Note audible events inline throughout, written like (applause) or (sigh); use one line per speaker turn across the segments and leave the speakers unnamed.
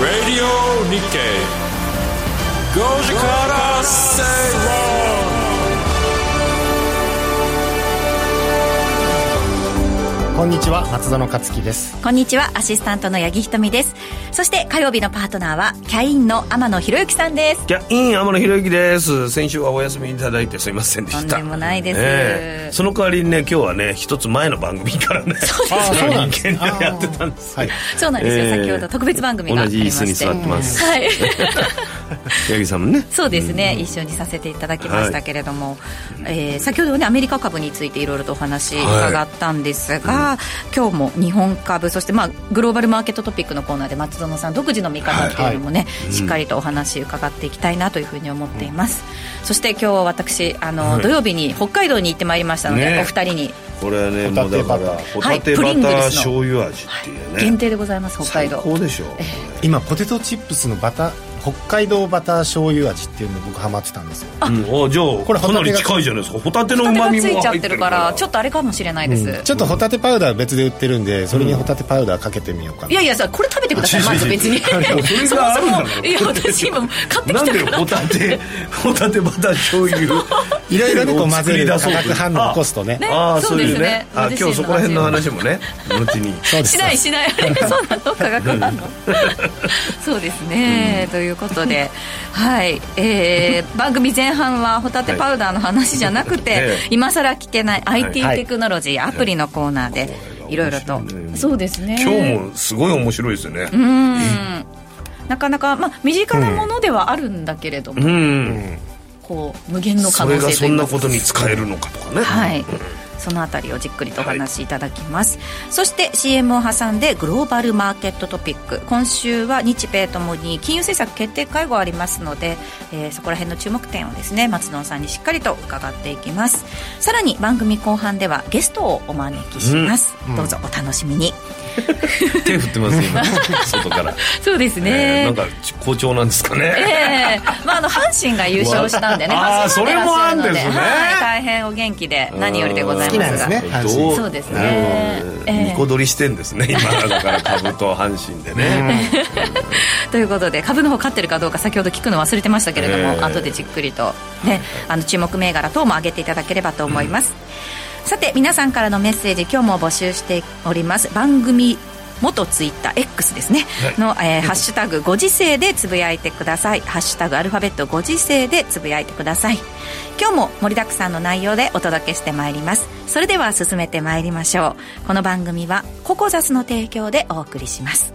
Radio Nikkei. Goji Kara Say
こんにちは松園克樹です
こんにちは、アシスタントの八木ひとみです。そして火曜日のパートナーは、キャインの天野博之さんです。
キャイン天野博之です先週はお休みいただいてすいませんでした
とんでもないです
えその代わりにね今日はね一つ前の番組から
(laughs)
ね
ああそうなんです
人間 (laughs) でやってたんです
はい
そうなんですよ、
えー
先ほど特別番組があ
同
り
じ
ま
椅
して。
子に座ってます
はい。
八木さんもね
そうですね、一緒にさせていただきましたけれども、えー先ほどねアメリカ株についていろいろとお話伺ったんですが、今日も日本株そしてまあグローバルマーケットトピックのコーナーで松園さん独自の見方っていうのもね、しっかりとお話伺っていきたいなというふうに思っています、そして今日私あの、土曜日に北海道に行ってまいりましたので、
ね
お二人に
これはね
ホタ
もう
テ
だか
バター
らホ
はい
タテ
プ
バ
リ
タ
ングル
ー
スの
醤油味っていうね
限定でございます北海道
最高でしょ
今ポテトチップスのバター北海道バター醤油味っていうの僕ハマってたんですよ
うんあじゃあ
これ
か
ホタ
な
テ
り
が
近いじゃないですかホタテの
ホ
う
タテ
ま
がつ
みも
いちゃ
入
っ
って
て
る
る
か
から
ら
ちょっとあれかもしれないです、
ちょっとホタテパウダー別で売ってるんでそれにホタテパウダーかけてみようかない
やいやさこれ食べてくださいまず別に
それがあるんだ
(laughs)
から
いや私今買って
なん
きた
で
から
ホタテホタテバター醤
(laughs)
油
いろいろねこ
を
う混ぜる化
作り出そうとい
学
う
反応を起こすとね
ね
ああ
そ
そうう
です
い
ね
うねあ
ご自身の
今日そこら辺の話もね後に
そうです
しないしない
(laughs)
あれそうなの科学反応そうですね、ということではい、えー、番組前半はホタテパウダーの話じゃなくて、
(laughs) ええ
今更聞けない IT
はい
テクノロジー、アプリのコーナーで、い、ろいろと、
面白いね
そうですね
今日もすごい面白いですよね
うんなかなか、まあ、身近なものではあるんだけれども、
うん
こう無限の
そ
可能
れ
性と
が
いいますか
そんなことに使えるのかとかね
はい。そのあたりをじっくりとお話しいただきます、そして CM を挟んでグローバルマーケットトピック今週は日米ともに金融政策決定会合ありますので、えーそこら辺の注目点をですね松野さんにしっかりと伺っていきますさらに番組後半ではゲストをお招きします、どうぞお楽しみに、
手振ってますよ
(laughs)
今外から
そうです
えーなんか好調なんですかね
ええまああの阪神が優勝したんでね、
(laughs) あー
阪神ファンでいらっしゃる
それ
の
もあるんですね
はい、大変お元気で何よりでございますが。
好きなんですね阪
ど
神
そうですね
なるほど
ええ
ニコ取りしてんですね今だから株と阪神でね
(laughs) ということで株の方勝ってるかどうか先ほど聞くの忘れてましたけれども、
えー
後でじっくりと、ね、あの注目銘柄等も上げていただければと思います、さて皆さんからのメッセージ今日も募集しております番組元ツイッター X ですね、の、えーハッシュタグご時世でつぶやいてくださいハッシュタグアルファベットご時世でつぶやいてください今日も盛りだくさんの内容でお届けしてまいりますそれでは進めてまいりましょうこの番組はココザスの提供でお送りします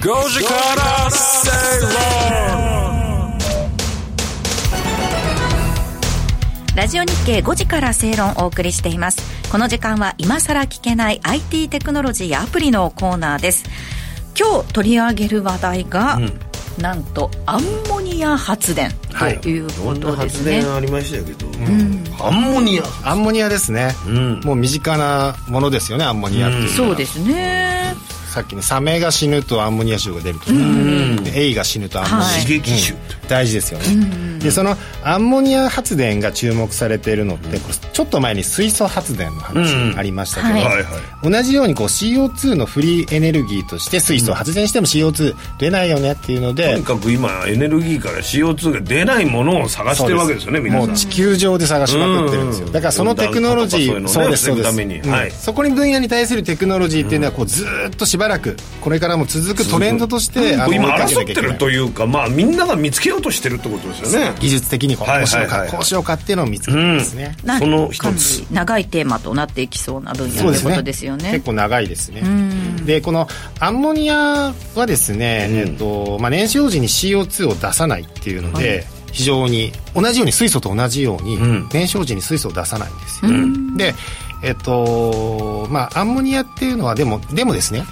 Wrong. Goji Kara Say Wrong.
ラジオ日経5時から正論をお送りしています。この時間は今更聞けない IT テクノロジーやアプリのコーナーです。今日取り上げる話題が、なんとアンモニア発電という
ど
こ
ん
と
な
です
発
ね。
電ありましたけどアン
(laughs)
モニア
アンモニアですね、
ん
もう身近なものですよねアンモニアっていうのは
そうですね。
さっきねサメが死ぬとアンモニア臭が出るとか、でエイが死ぬとアンモニア
はい
臭、
刺激臭
大事ですよね、でそのアンモニア発電が注目されているのって、これちょっと前に水素発電の話ありましたけど、
はい
はいはい
同じようにこう CO2 のフリーエネルギーとして水素を発電しても CO2 出ないよねっていうの
と
で
に、かく今エネルギーから CO2 が出ないものを探してるわけですよね皆
も
さ
うん地球上で探しまくってるんですよ、
うん
だからそのテクノロジー
温暖化とかそういうのね
そうですそうで
防ぐために
す、うん
はい
そこに分野に対するテクノロジーっていうのはこうずーっとしばらくこれからも続くトレンドとしてあの
今
追いかけなき
争
ゃい
っ
け
て
ない
るというかまあみんなが見つけようとしてるってことですよね
技術的にこう
はい
こうしよう
はい
か
はい
こうしようかっていうのを見つけるんですね、
なん
その一
かな
つ
り長いテーマとなっていきそうな分野と
そう
い
で
う
す
こ
ね
とですよね
結。構長いですねでこのアンモニアはですね、えっとまあ、燃焼時に CO2 を出さないっていうので、非常に同じように水素と同じように
ん
燃焼時に水素を出さないんですよ、でえっとまあアンモニアっていうのはでもでもですね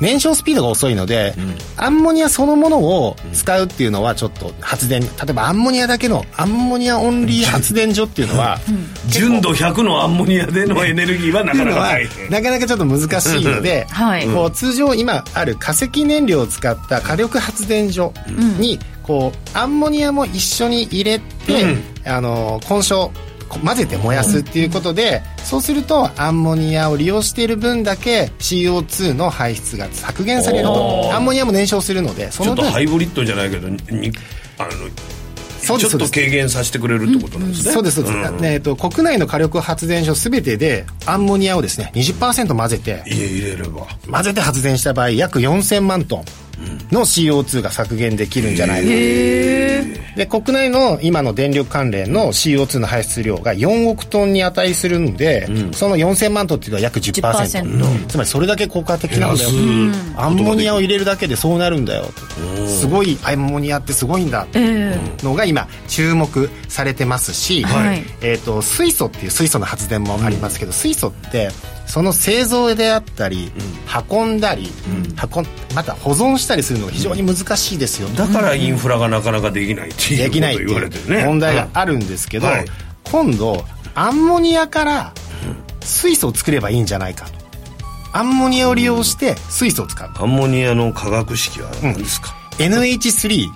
燃焼スピードが遅いので、アンモニアそのものを使うっていうのはちょっと発電例えばアンモニアだけのアンモニアオンリー発電所っていうのは、
純度100のアンモニアでのエネルギーはな
って
か
いう
な
の
か
は
ない
なかなかちょっと難しいので、
はい
こう通常今ある化石燃料を使った火力発電所にこうアンモニアも一緒に入れて、あの混焼こ混ぜて燃やすっていうことで、そうするとアンモニアを利用している分だけ CO2 の排出が削減される
お
と
ー
アンモニアも燃焼するのでそ
ちょ
の
っと
分
ハイブリッドじゃないけどににあ
そ
の
う
ち
で
ょ
す
っと軽減させてくれるってことなんですね、
そうですそうです、
ん
えー、と国内の火力発電所全てでアンモニアをですね20%混ぜて
家入れれば
混ぜて発電した場合約4000万トンの CO2 が削減できるんじゃないかで国内の今の電力関連の CO2 の排出量が4億トンに値するので、その4000万トンっていうのは約 10%,
10%
つまりそれだけ効果的なんだよ
減らすうん
アンモニアを入れるだけでそうなるんだよすごいアンモニアってすごいんだっていうのが今注目されてますし、
はい
えー、と水素っていう水素の発電もありますけど、水素ってその製造であったり、運んだり、運んまた保存したりするのが非常に難しいですよ、
だからインフラがなかなかできないっていう
で
こと
きないって
言われてる
い
ね
う問題があるんですけど、
うんはい
今度アンモニアから水素を作ればいいんじゃないかとアンモニアを利用して水素を使う、
アンモニアの化学式は何ですか、
NH3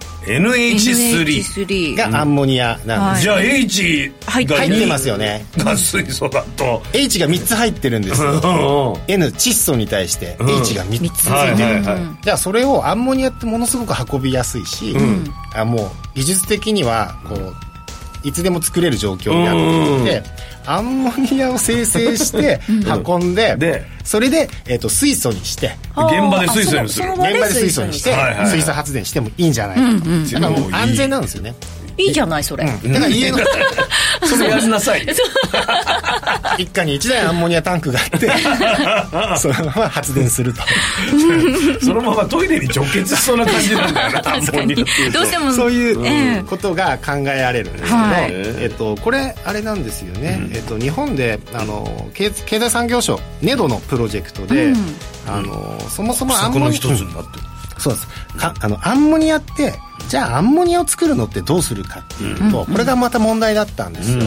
NH3
H3
がアンモニアなん
は
で
い
す、
じゃあ H が
入って
入ってますよね
が水素だと
H が3つ入ってる
(laughs)
んですよ、
うんうん
N 窒素に対して H が3つ、
はいはいはい、
じゃあそれをアンモニアってものすごく運びやすいし、あもう技術的にはこういつでも作れる状況になっていて、アンモニアを生成して
(laughs)
運んで,、
で
それで、えー、と水素にして
現場で水素にする
あそのその場
現場で水素にして
はいはいはい
水素発電してもいいんじゃないかと、だからもう安全なんですよね、
いいじゃないそれ、
だから家の
それやりなさ
(laughs)
い
一家に一台アンモニアタンクが
(laughs)
あってそのまま発電すると
そのままトイレに直結しそうな感じなんだよな
(laughs) 確かにどうしても
そういう
え
うことが考えられるんですけど、
はい
えっと、これあれなんですよね、えっと、日本であの経経済産業省ネドのプロジェクトで、あのそもそもアン
柵
モ
の
ニ
一つ
ア、
になってる
そうですかあのアンモニアってじゃあアンモニアを作るのってどうするかっていうと、これがまた問題だったんですよ、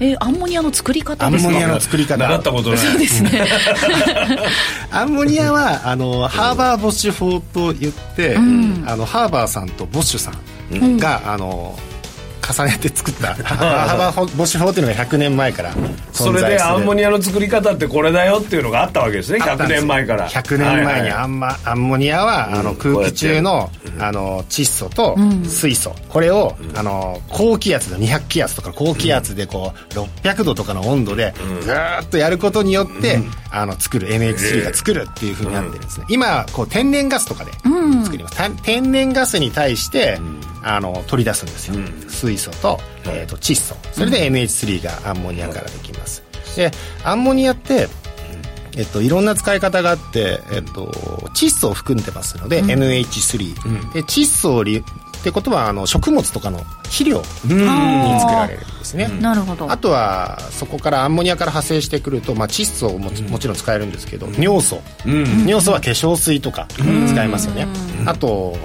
えアンモニアの作り方
ア
で
ン
す
モニ
か
アの作り方
習ったことない
そうですね
アンモニアはあのハーバー・ボッシュ法と言って、あのハーバーさんとボッシュさんが、あの重ねて作った (laughs) ハーバー・ボッシュ法っていうのが100年前から
そ
存在
れ
す
で
る
アンモニアの作り方ってこれだよっていうのがあったわけですね
あった
100
んです
年前から
100年前にアン,、マアンモニアは、あの空気中の,、あの窒素と水素、これを、あの高気圧の200気圧とか高気圧でこう、600度とかの温度でずーっとやることによって、あの作る NH3 が作るっていうふうになってるんですね、今こう天然ガスとかで作ります、た天然ガスに対して、あの取り出すんですよ、水素と,、えー、と窒素それで NH3 がアンモニアからできます、でアンモニアってえっと、いろんな使い方があって、えっと、窒素を含んでますので、NH3、で窒素をりってことはあの食物とかの肥料に作られるんですね、
なるほど
あとはそこからアンモニアから派生してくると、まあ、窒素ももちもちろん使えるんですけど、尿素、尿素は化粧水とか使えますよね、あと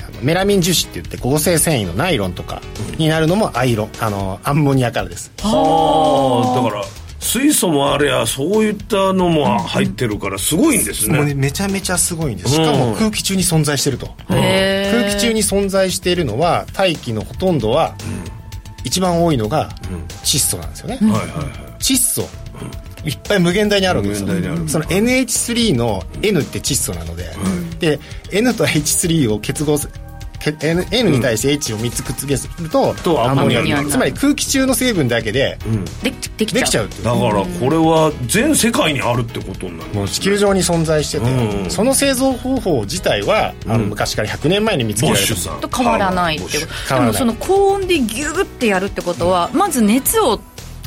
あのメラミン樹脂っていって合成繊維のナイロンとかになるのもアイロンあのアンモニアからです
はあだから水素もあれやそういったのも入ってるからすごいんですね、
もうねめちゃめちゃすごいんですしかも空気中に存在してると、
へー
空気中に存在しているのは大気のほとんどは、一番多いのが窒素なんですよね、
はいはいはい
窒素いっぱい無限大にあるわけですよ
無限大にある
その NH3 の N って窒素なので、で N と H3 を結合すけ N, N に対して H を3つくっつけると,、
とアンモニアになる
つまり空気中の成分だけで
できでき
できち
ち
ゃ
ゃ
うっ
う
ていう
だからこれは全世界にあるってことになり
も
ま
う
す
地球上に存在してて、
うん
その製造方法自体は、あの昔から100年前に見つけ
ボ
ら
ッ
れた
シュさん
と変わらないってこ
ュ
と
変
で
わらな
も
い
その高温でギューってやるってことはまず熱を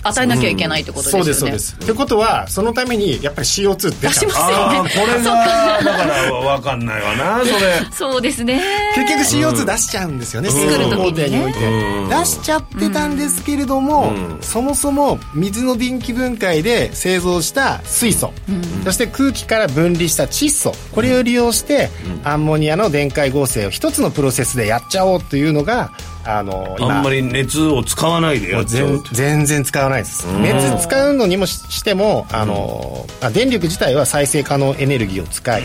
与えなきゃいけないってことです
そ
よ
う
ね
ですそうです、ってことはそのためにやっぱり CO2 って出ちゃう
出します
ああこれがだからわかんないわ (laughs) なそれ
そうですね
結局 CO2 出しちゃうんですよね、
作る時にね
工程において、出しちゃってたんですけれども、そもそも水の電気分解で製造した水素、そして空気から分離した窒素これを利用して、アンモニアの電解合成を一つのプロセスでやっちゃおうというのがあの
あんまり熱を使わないでやっちゃう
全
って
全然使わないです熱使うのにもししてもあの、あ電力自体は再生可能エネルギーを使い、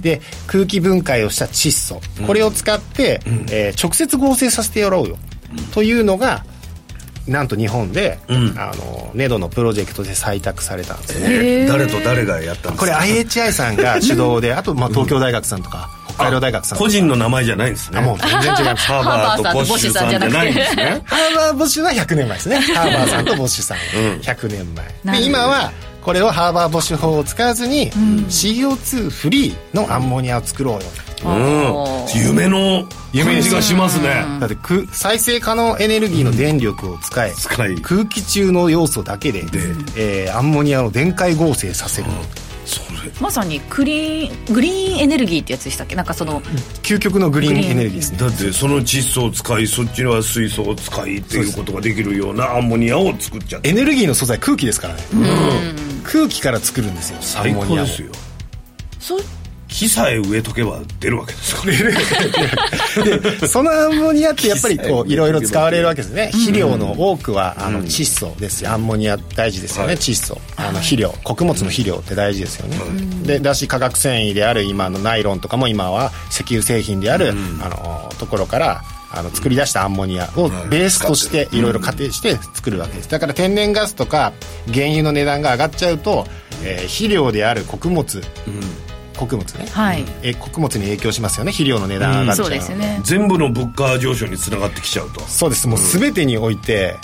で空気分解をした窒素これを使って、えー直接合成させてやろうよ、というのがなんと日本で、
うん
あのネドのプロジェクトで採択されたんですね
えー誰と誰がやったんですか
これ IHI さんが主導であとまあ東京大学さんとか北海道大学さんと
個
か
人の名前じゃないんですね
あもう全然違います
ハーバーとボッシュさんじゃないんですね
ハーバー・ボッシュは100年前ですねハーバーさんとボッシュさん
うん
100年前、
なるほど
で今はこれをハーバー・ボッシュ法を使わずに、CO2 フリーのアンモニアを作ろうよ、
お
う
ー
ん夢の夢がしますね
だってく再生可能エネルギーの電力を使い
使い
空気中の要素だけでえーアンモニアを電解合成させる、
それ
まさにクリーングリーンエネルギーってやつでしたっけなんかその
究極のグリーンエネルギーですね
だってその窒素を使いそっちは水素を使いっていうことができるようなアンモニアを作っちゃって
エネルギーの素材空気ですからね、空気から作るんですよアン
最
モ
高
ニア
で
を
すよ
そう
木さえ植えとけば出るわけですからね
(laughs) そのアンモニアってやっぱりこ
(laughs)
ういろいろ使われるわけですね肥料の多くはあの窒素ですよアンモニア大事ですよね
はい
窒素あの肥料穀物の肥料って大事ですよねでだし化学繊維である今のナイロンとかも今は石油製品であるあのところからあの作り出したアンモニアをベースとしていろいろ仮定して作るわけですだから天然ガスとか原油の値段が上がっちゃうと、えー肥料である穀物穀物ね、
はい
え穀物に影響しますよね肥料の値段上がっちゃう,、
そうですよね
全部の物価上昇につながってきちゃうと
そうですもう全てにおいて、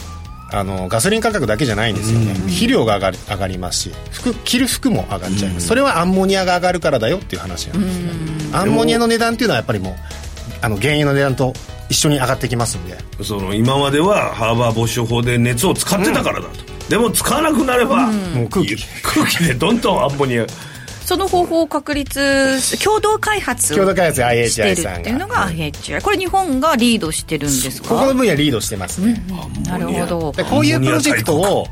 あのガソリン価格だけじゃないんですよね、肥料が上がる上がりますし服着る服も上がっちゃいます、それはアンモニアが上がるからだよっていう話なんですね、アンモニアの値段っていうのはやっぱりもうあの原油の値段と一緒に上がってきますんで
その今まではハーバーボッシュ法で熱を使ってたからだと、でも使わなくなれば、
もう空気
空気でどんどんアンモニア
その方法を確立共同開発を
共同開発 IHI
してる
さんが
っていうのが IHI これ日本がリードしてるんです
ここの
か
分野リードしてますね、
なるほど
でこういうプロジェクトを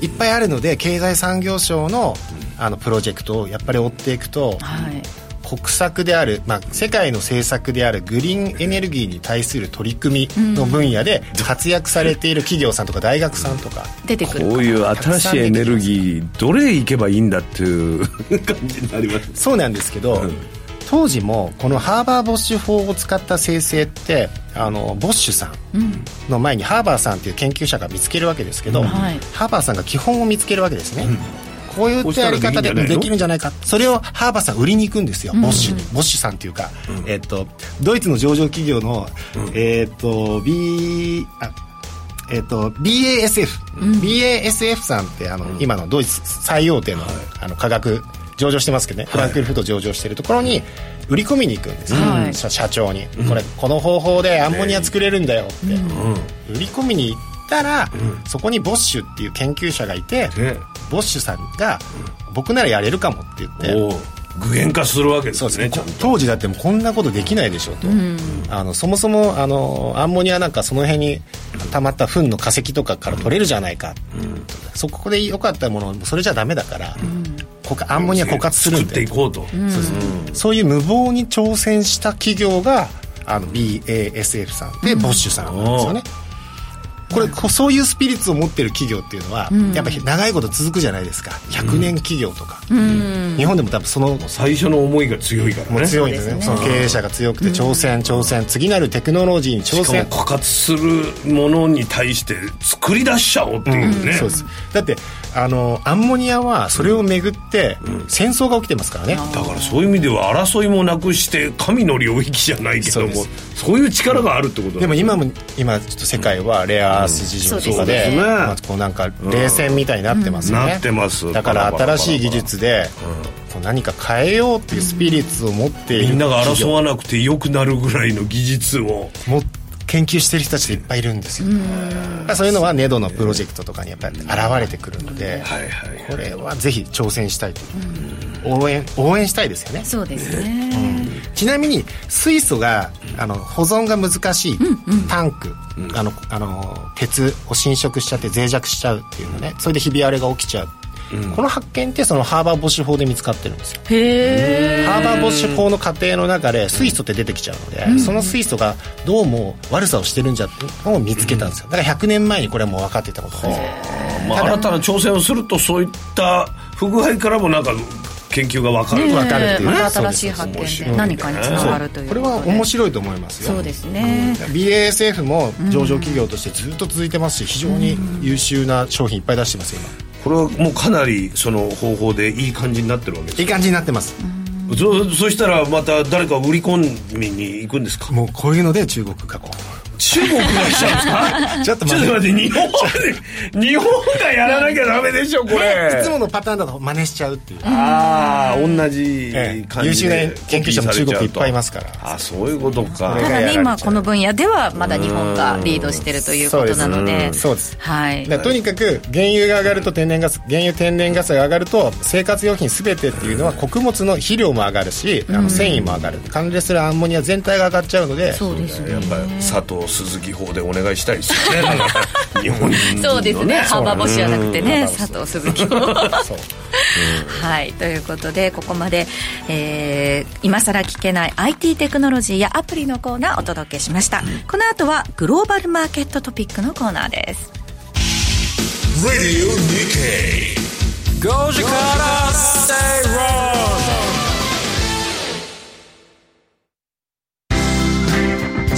いっぱいあるので経済産業省のあのプロジェクトをやっぱり追っていくと、
はい
国策である、まあ、世界の政策であるグリーンエネルギーに対する取り組みの分野で活躍されている企業さんとか大学さんとか、
出てくる
こういう新しいエネルギーどれ行けばいいんだっていう感じになり
(laughs)
ます
そうなんですけど、
うん
当時もこのハーバーボッシュ法を使った生成ってあのボッシュさんの前にハーバーさんっていう研究者が見つけるわけですけど、
はい
ハーバーさんが基本を見つけるわけですね、こうい
こう
う
した
や
ら
り方で
できるんじゃないの
できるんじゃないかそれをハーバーさん売りに行くんですよ、ボッシュにボッシュさんっていうか、えっとドイツの上場企業の、えっと B あえっと BASF、BASF さんってあの、今のドイツ最大手の,、あの科学上場してますけどね、フランクフルト上場してるところに売り込みに行くんですよ、
はい
社社長に、これこの方法でアンモニア作れるんだよって、売り込みに行ったら、そこにボッシュっていう研究者がいて、
ね
ボッシュさんが、僕ならやれるかもって言って
お具現化するわけで
そうですすね
ね
こ当時だってもうこんなことできないでしょうと、あのそもそもあのアンモニアなんかその辺にたまった糞の化石とかから取れるじゃないか、そこで良かったものそれじゃダメだから、こかアンモニア枯渇するん
作って
で
いこうと、
そういう無謀に挑戦した企業があの BASF さんでボッシュさんなんですよね、これこうそういうスピリッツを持ってる企業っていうのは、やっぱり長いこと続くじゃないですか100年企業とか、日本でも多分その
最初の思いが強いからね
もう強いんですねその経営者が強くて挑戦挑戦次なるテクノロジーに
し
挑
かも
戦
枯渇するものに対して作り出しちゃおうっていうね、
そうですだってあのアンモニアはそれをめぐって戦争が起きてますからね、
だからそういう意味では争いもなくして神の領域じゃないけども
そ
そうう
で
いう力があるってこと
で
だ
も今も今ちょっと世界はレアアース事情と
そ
か
うで
です
ね
まあこうなんか冷戦みたいになってますよね、
うんなってます
だから新しい技術でこう何か変えようっていうスピリッツを持っている
みんなが争
企業
わなくてよくなるぐらいの技術を
も研究してる人たちがいっぱいいるんですよだからそういうのはネドのプロジェクトとかにやっぱり現れてくるので
はいはい
これはぜひ挑戦したいという応援応援したいですよね
そうですね
ちなみに水素があの保存が難しいタンク、あのあの鉄を侵食しちゃって脆弱しちゃうっていうのねそれでひび割れが起きちゃう、この発見ってそのハーバーボッシュ法で見つかってるんですよ
へえ
ハーバーボッシュ法の過程の中で水素って出てきちゃうので、その水素がどうも悪さをしてるんじゃのを見つけたんですよだから100年前にこれはもう分かってたことです
まあ、新たな挑戦をするとそういった不具合からもなんか研究が分かる、
わかるっていう
また
そう
新
です
しい発
面
見
白い
で
ね
何かにつながるという
これは
とで
面白いと思いますよ
そうですね
BASF も上場企業としてずっと続いてますし非常に優秀な商品いっぱい出してますよ
これはもうかなりその方法でいい感じになってるわけ
今い
で
い感じになってます
すそそしたらまた誰か売り込みに行くんですか
もうこういうので中国加工
中国が来ちゃうんですか
ちょっ
(laughs)
と
ちょ
待
っ
っ
と待
て
って日本で日本がやらなきゃダメでしょこれ
いつものパターンだと真似しちゃうっていう
ああ同じ
ええ
感
優
じ
秀
で
な研究者も中国いっぱいいますから
あそういうことか
これが
ただ
やられ
ね
ちゃう
今この分野ではまだ日本がリードしてるということなので
そうです
はい
だからとにかく原油が上がると天然ガス原油天然ガスが上がると生活用品全てっていうのは穀物の肥料も上がるし、あの繊維も上がる関連するアンモニア全体が上がっちゃうので
そうですね
やっぱ佐藤鈴木法でお願いしたいですよね (laughs) 日本人
そうですね幅星じゃなくてね
そうなん
佐藤鈴木を
そう
(laughs) はい、ということでここまで、えー、今更聞けない IT テクノロジーやアプリのコーナーお届けしました、この後はグローバルマーケットトピックのコーナーです
Radio Nikkei. Goji Kara Stay Wrong.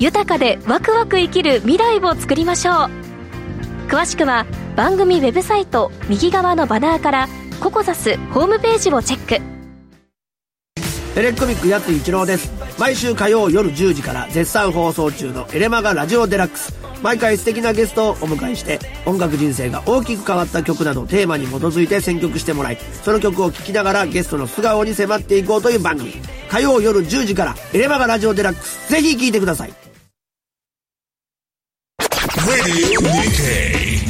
豊かでワクワク生きる未来を作りましょう詳しくは番組ウェブサイト右側のバナーからココザスホームページをチェック
エレコミックやつ一郎です毎週火曜夜10時から絶賛放送中の「エレマガラジオデラックス」毎回素敵なゲストをお迎えして音楽人生が大きく変わった曲などをテーマに基づいて選曲してもらいその曲を聴きながらゲストの素顔に迫っていこうという番組火曜夜10時から「エレマガラジオデラックス」ぜひ聴いてください
Radio Nikkei.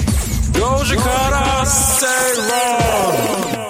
Goji Kara Stay Wrong.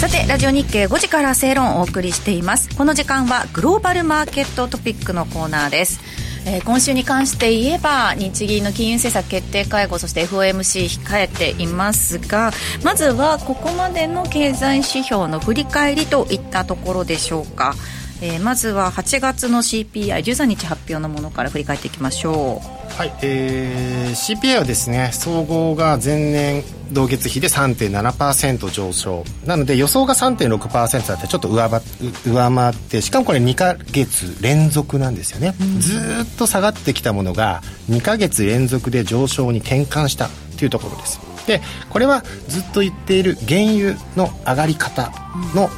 さてラジオ日経5時から正論をお送りしていますこの時間はグローバルマーケットトピックのコーナーですえー今週に関して言えば日銀の金融政策決定会合そして FOMC 控えていますがまずはここまでの経済指標の振り返りといったところでしょうか、えーまずは8月の CPI13 日発表のものから振り返っていきましょう
はい、えー、CPI はですね総合が前年同月比で3.7%上昇なので予想が3.6%だってちょっと上ば上回ってしかもこれ2ヶ月連続なんですよね、ずーっと下がってきたものが2ヶ月連続で上昇に転換したというところですでこれはずっと言っている原油の上がり方の、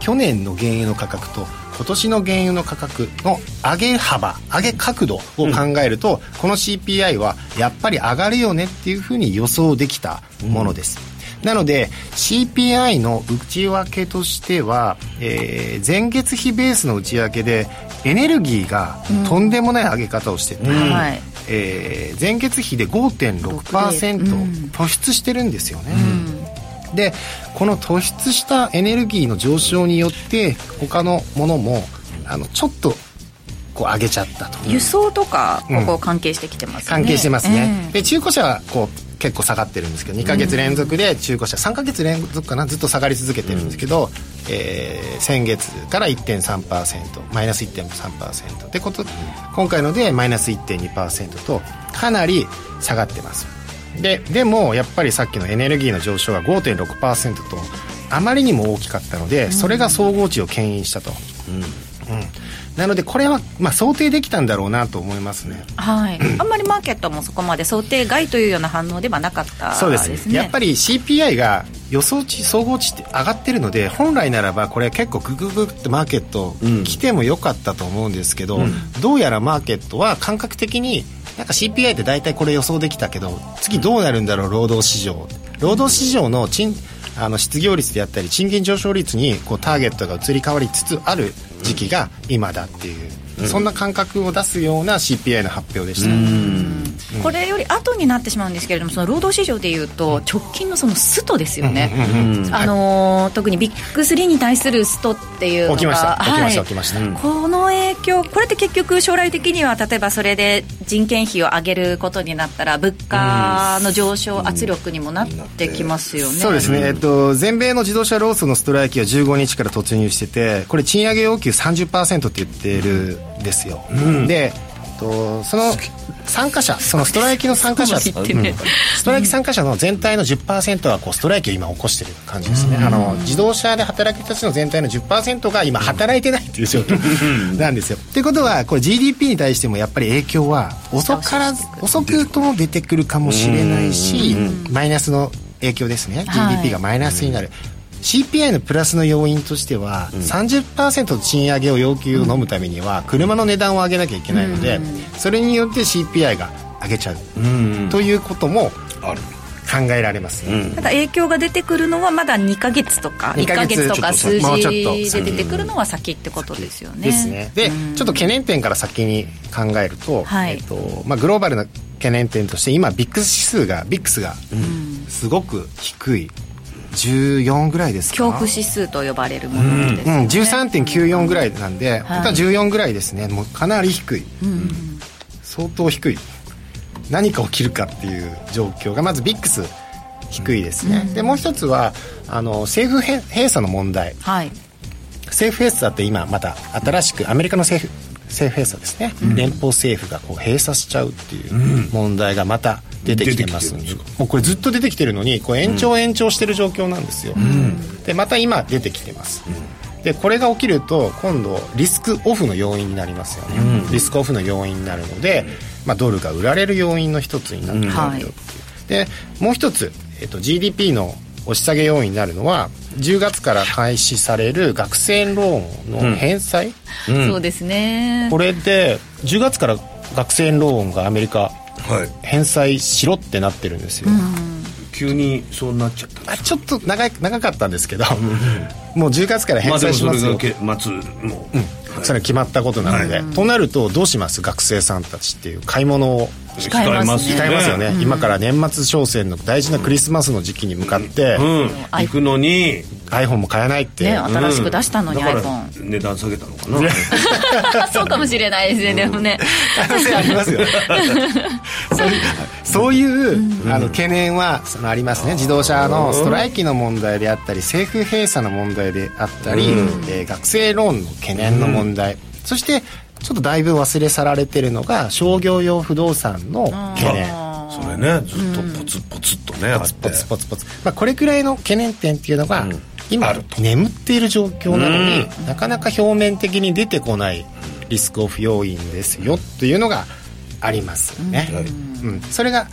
去年の原油の価格と今年の原油の価格の上げ幅上げ角度を考えると、この CPI はやっぱり上がるよねっていうふうに予想できたものです、なので CPI の内訳としては、えー前月比ベースの内訳でエネルギーがとんでもない上げ方をしてて、
はい
えー前月比で5.6%突出してるんですよね、でこの突出したエネルギーの上昇によって他のものもあのちょっとこう上げちゃったと
輸送とか
う
こ
ん
こ関係してきてますね、
関係してます
え
ね
え、
で中古車はこう結構下がってるんですけど2ヶ月連続で中古車3ヶ月連続かなずっと下がり続けてるんですけど、えー先月から1.3%マイナス1.3%でこと今回のでマイナス1.2%とかなり下がってますででもやっぱりさっきのエネルギーの上昇が5.6%とあまりにも大きかったのでそれが総合値を牽引したと、うんなのでこれは、まあ、想定できたんだろうなと思いますね、 (clears throat)
はい、あんまりマーケットもそこまで想定外というような反応ではなかったですね。
そうですねやっぱり CPI が予想値総合値って上がってるので本来ならばこれ結構ググググってマーケット来てもよかったと思うんですけど、どうやらマーケットは感覚的になんか CPI って大体これ予想できたけど次どうなるんだろう労働市場労働市場の賃あの失業率であったり賃金上昇率にこうターゲットが移り変わりつつある時期が今だっていう、そんな感覚を出すような CPI の発表でした。
これより後になってしまうんですけれどもその労働市場でいうと直近のそのストですよね、あのー特にビッグ3に対するストっていうのが
起きました、起きました
はい
起きました、
この影響、これって結局、将来的には例えばそれで人件費を上げることになったら、物価の上昇圧力にもなってきますよね。
そうですね、えっと、全米の自動車労組のストライキは15日から突入しててこれ賃上げ要求30%って言ってるんですよ、で、えっと、その参加者そのストライキの参加者、
そこまで言ってね
うんストライキ参加者の全体の10%はこうストライキを今起こしてる感じですね、あの自動車で働く人たちの全体の10%が今働いてないっていう状況なんですよってことはこれ GDP に対してもやっぱり影響は遅からず遅くとも出てくるかもしれないしマイナスの影響ですね
はい
GDP がマイナスになる、CPI のプラスの要因としては、30%の賃上げを要求を飲むためには車の値段を上げなきゃいけないので、それによって CPI が上げちゃう、ということも
ある
考えられます、
ただ影響が出てくるのはまだ2ヶ月とか1
2
ヶ
ヶ月
月とか
ちょっ
数
ともうちょっと
字で出てくるのは先ってことですよね。
ですねで、ちょっと懸念点から先に考えると,、
はい
えっとまあ、グローバルな懸念点として今ビックス指数がビックスがすごく低い14ぐらいですか
恐怖指数と呼ばれるものです、
う
ね
ん、13.94ぐらいなんで、本当は14ぐらいですねもうかなり低い、相当低い何か起きるかっていう状況がまずビックス低いですね、でもう一つはあの政府へ閉鎖の問題
はい。
政府閉鎖って今また新しくアメリカの政府政府閉鎖ですね、連邦政府がこう閉鎖しちゃうっていう問題がまた出てきてます,、
出てきてるんです
もうこれずっと出てきてるのにこう延長延長してる状況なんですよ、でまた今出てきてます、でこれが起きると今度リスクオフの要因になりますよね、リスクオフの要因になるので、まあ、ドルが売られる要因の一つになってくるよっていう、でもう一つ、えっと GDP の押し下げ要因になるのは10月から開始される学生ローンの返済、
そうですね。
これで10月から学生ローンがアメリカ
はい
返済しろってなってるんですよ、
急にそうなっちゃった
あちょっと長い長かったんですけど (laughs) もう10月から
まあ
返
でも
済し
そ
ま
れ
すよ、
がけ待つもう、
それは決まったことなので、となるとどうします学生さんたちっていう買い物を
控えますね
控えますよね、今から年末商戦の大事なクリスマスの時期に向かって、
うん行くのに
iPhone も買えないって、
ね新しく出したのに
だから
iPhone。
値段下げたのかな
(laughs) そうかもしれないですね、でもね。
可能性あります (laughs) よそういうそういう、あの懸念はそのありますね自動車のストライキの問題であったり政府閉鎖の問題であったり、えー学生ローンの懸念の問題、そしてちょっとだいぶ忘れ去られてるのが商業用不動産の懸念、
それねずっとポツポツっとね、あって
ポツポツポツ、まあ、これくらいの懸念点っていうのが、今眠っている状況なのに、なかなか表面的に出てこないリスクオフ要因ですよというのがありますね、うんそれが、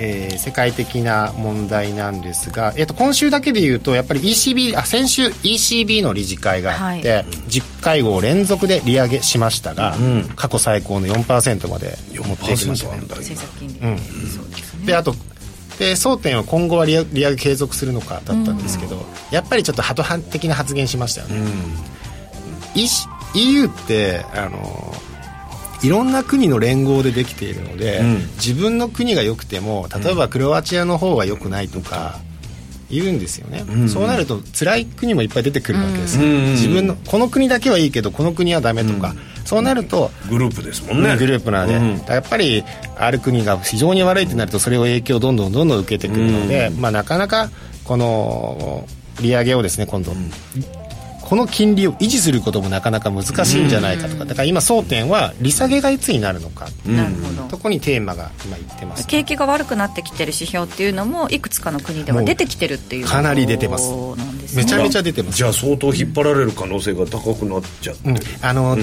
えー世界的な問題なんですが、えっと今週だけで言うとやっぱり ECB あ先週 ECB の理事会があって、
は
10回合連続で利上げしましたが、過去最高の4%まで持っていきました
4%あ
ね
んだ今
政策金利。そうですね。
であとで争点は今後は利上利上げ継続するのかだったんですけど、やっぱりちょっとハト派的な発言しましたよね、E- EU ってあのいろんな国の連合でできているので、自分の国が良くても例えばクロアチアの方は良くないとか言うんですよね、そうなると辛い国もいっぱい出てくるわけです、自分のこの国だけはいいけどこの国はダメとか、そうなると、
グループですもんね
グループなので、だからやっぱりある国が非常に悪いとなるとそれを影響をどんどんどんどん受けてくるので、まあ、なかなかこの利上げをですね今度、この金利を維持することもなかなか難しいんじゃないかとか、だから今争点は利下げがいつになるのかっていう
なるほど。
とこにテーマが今言ってます、
景気が悪くなってきてる指標っていうのもいくつかの国では出てきてるっていう
かなり出てます
ことなんですね
めちゃめちゃ出てます
じゃあ相当引っ張られる可能性が高くなっちゃって、
うんあの、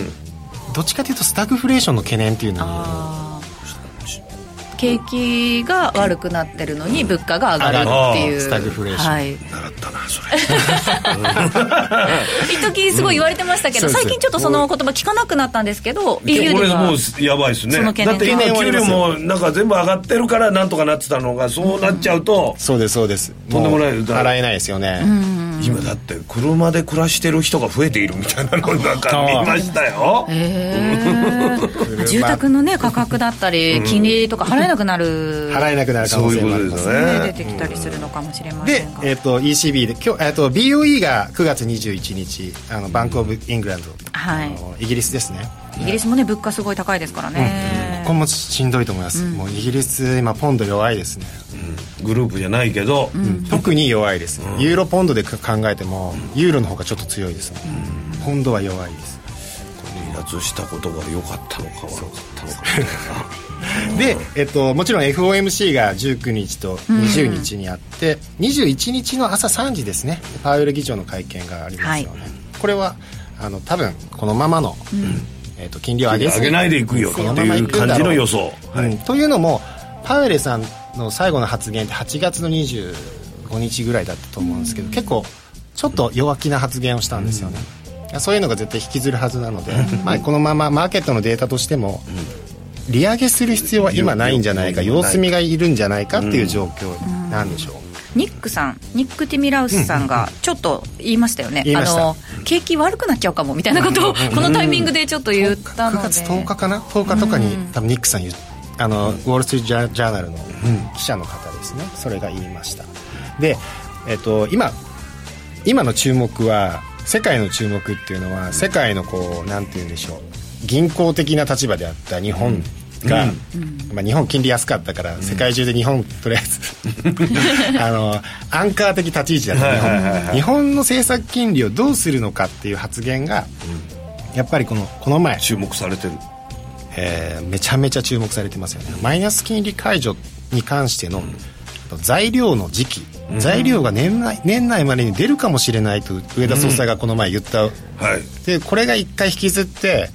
どっちかというとスタグフレーションの懸念っていうのに
あー景気が悪くなってるのに物価が上がるっていう
あースタグフレーション
はい
習ったなそれ
一時すごい言われてましたけど、
うんそうです
最近ちょっとその言葉聞かなくなったんですけど EU
これ
で
も
は
うやばいですね
その懸
だ
念
って今給料もなんか全部上がってるからなんとかなってたのがそうなっちゃうと、
そうですそうです
とんでもない
もう払えないですよね、
今だって車で暮らしてる人が増えているみたいなのをなんか
あー
見ましたよ
えー住宅のね価格だったり金利とか払えなくなる
払えなくなる可
そ
能
うい
性
うこ
もあ
と
り
で
ますす
よ
ね出
ね
てきたりするのかもしれませ
で
んが、
えっと ECB で今日、えっと BOE が9月21日あのバンク・オブ・イングランド、
はい
あのイギリスですね
イギリスもね物価すごい高いですからね、
ここもしんどいと思います、もうイギリス今ポンド弱いですね、
グループじゃないけど、
特に弱いです、ユーロポンドで考えてもユーロの方がちょっと強いですね、ポンドは弱いです
離脱したことが良かったのか悪かったのかみたいな
で、えっと、もちろん FOMC が19日と20日にあって、21日の朝3時ですねパウエル議長の会見がありますよね、これはあの多分このままの、えっと、金利を上げず
上げないでいくよっていう感じの予想
うんというのもパウエルさんの最後の発言って8月の25日ぐらいだったと思うんですけど、結構ちょっと弱気な発言をしたんですよね、そういうのが絶対引きずるはずなので、まあ、このままマーケットのデータとしても、利上げする必要は今ないんじゃないか
うん
様子見がいるんじゃないかっていう状況なんでしょう、
ニックさんニック・ティミラウスさんがちょっと言いましたよね、
言いました
の景気悪くなっちゃうかもみたいなことをこのタイミングでちょっと言った
9
ので
月10日かな10日とかに、多分ニックさん言うあの、ウォール・ストリート・ジャーナルの記者の方ですね、それが言いましたで、えっと、今今の注目は世界の注目っていうのは世界のこうなんて言うんでしょう銀行的な立場であった日本が、まあ、日本金利安かったから、世界中で日本とりあえずあのアンカー的立ち位置だった日本,、日本の政策金利をどうするのかっていう発言が、やっぱりこのこの前
注目されてる
えーめちゃめちゃ注目されてますよねマイナス金利解除に関しての材料の時期、材料が年内年内までに出るかもしれないと上田総裁がこの前言った、
はい
でこれが一回引きずって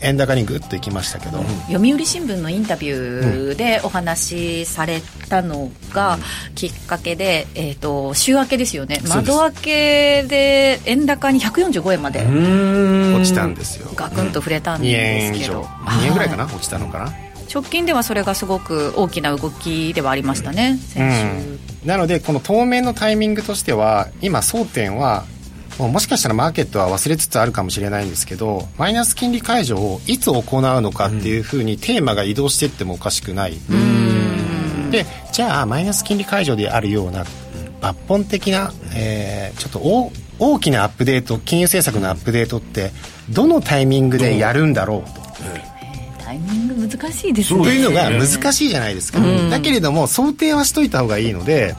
円高にグッといきましたけど、
読売新聞のインタビューでお話しされたのがきっかけで、えー、と週明けですよね窓明けで円高に145円まで
落ちたんですよ
ガクンと触れたん
2
で
円
す
以
けど、
上2円ぐらいかな
は
落ちたのかな
直近ではそれがすごく大きな動きではありましたね、先週。
なのでこの当面のタイミングとしては今争点はもうもしかしたらマーケットは忘れつつあるかもしれないんですけどマイナス金利解除をいつ行うのかっていうふうにテーマが移動していってもおかしくないでじゃあマイナス金利解除であるような抜本的な、えーちょっと大大きなアップデート金融政策のアップデートってどのタイミングでやるんだろうと。
タイミング難しいです
そう
と
で
い
す
うの
ね
が難しいじゃないですか、だけれども想定はしといた方がいいので、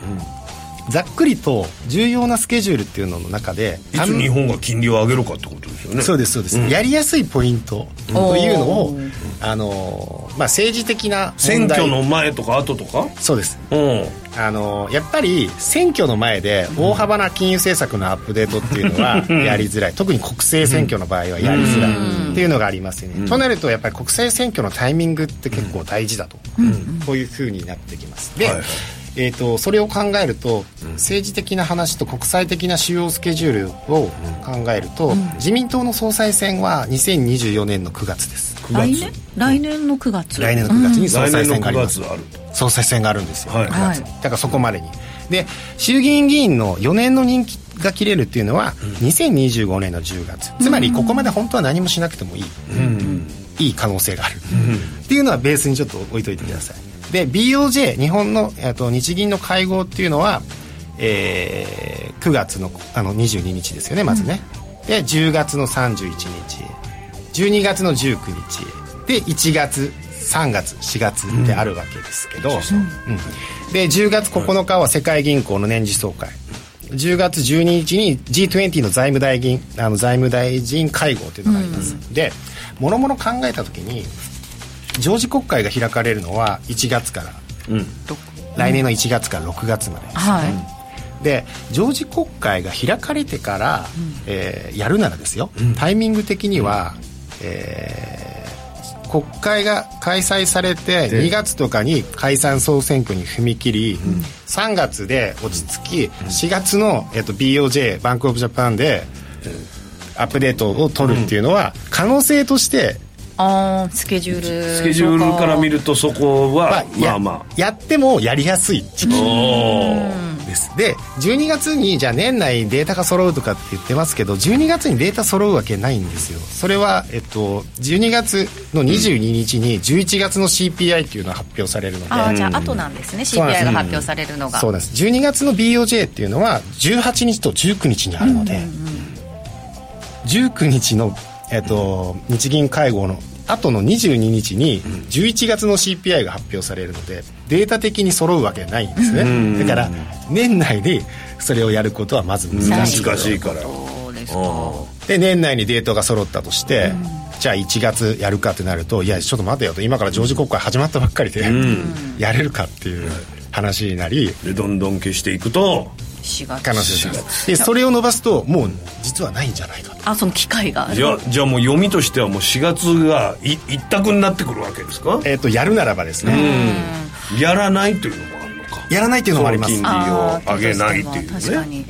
ざっくりと重要なスケジュールっていうのの中で
い
あ
つ
ん
日本が金利を上げるかってことですよね
そうですそうです、やりやすいポイントというのを、あのーまあ、政治的な
選
問題
挙の前とか後とか
そうです
うん
あのーやっぱり選挙の前で大幅な金融政策のアップデートっていうのはやりづらい特に国政選挙の場合はやりづらいっていうのがありますよね、となるとやっぱり国政選挙のタイミングって結構大事だと、こういうふうになってきますで、
はいはい
えー、とそれを考えると政治的な話と国際的な主要スケジュールを考えると、自民党の総裁選は2024年の9月です
来年来年の9月
来年の9月に総
来
裁
年の
選があり
9
ます、
月ある
総裁選があるんですよ、
はい
9月にだからそこまでにで衆議院議員の4年の任期が切れるっていうのは2025年の10月つまりここまで本当は何もしなくてもいい、いい可能性がある、っていうのはベースにちょっと置いといてくださいで BOJ 日本のえっと日銀の会合っていうのは、えー9月のあの22日ですよねまずね、で10月の31日12月の19日で1月3月4月ってあるわけですけど、うんで10月9日は世界銀行の年次総会10月12日に G20 の財務大臣あの財務大臣会合というのがあります、でもろもろ考えた時に常時国会が開かれるのは1月から、来年の1月から6月までです、
はい、
で常時国会が開かれてから、えーやるならですよ、タイミング的には、えー国会が開催されて2月とかに解散総選挙に踏み切り、3月で落ち着き、4月の、えっと BOJ バンク・オブ・ジャパンで、アップデートを取るっていうのは、可能性として
あースケジュール
スケジュールから見るとそこ
ま
は
あ、
ま
や
あま
やってもやりやすい時期
あおー
ですで12月にじゃあ年内データが揃うとかって言ってますけど12月にデータ揃うわけないんですよそれは、えっと、12月の22日に11月の CPI っていうのが発表されるので、
ああじゃあ後なんですね CPI が発表されるのが
そうなんです12月の BOJ っていうのは18日と19日にあるので、19日の、えっと日銀会合の後の22日に11月の CPI が発表されるのでデータ的に揃うわけないんですね、だから年内でそれをやることはまず難しい
難しいから
そうですか
で年内にデータが揃ったとして、じゃあ1月やるかってなるといやちょっと待てよと今から常時国会始まったばっかりで、やれるかっていう話になり、
でどんどん消していくと
4
可能
月
性でそれを伸ばすともう実はないんじゃないかと
あその機会が
じゃあじゃあもう読みとしてはもう4月がい一択になってくるわけですか
えっ、とやるならばですね、
やらないというのもあるのか
やらないっていうのもあります
そ金利
あー
を上げないっていうね
確かに、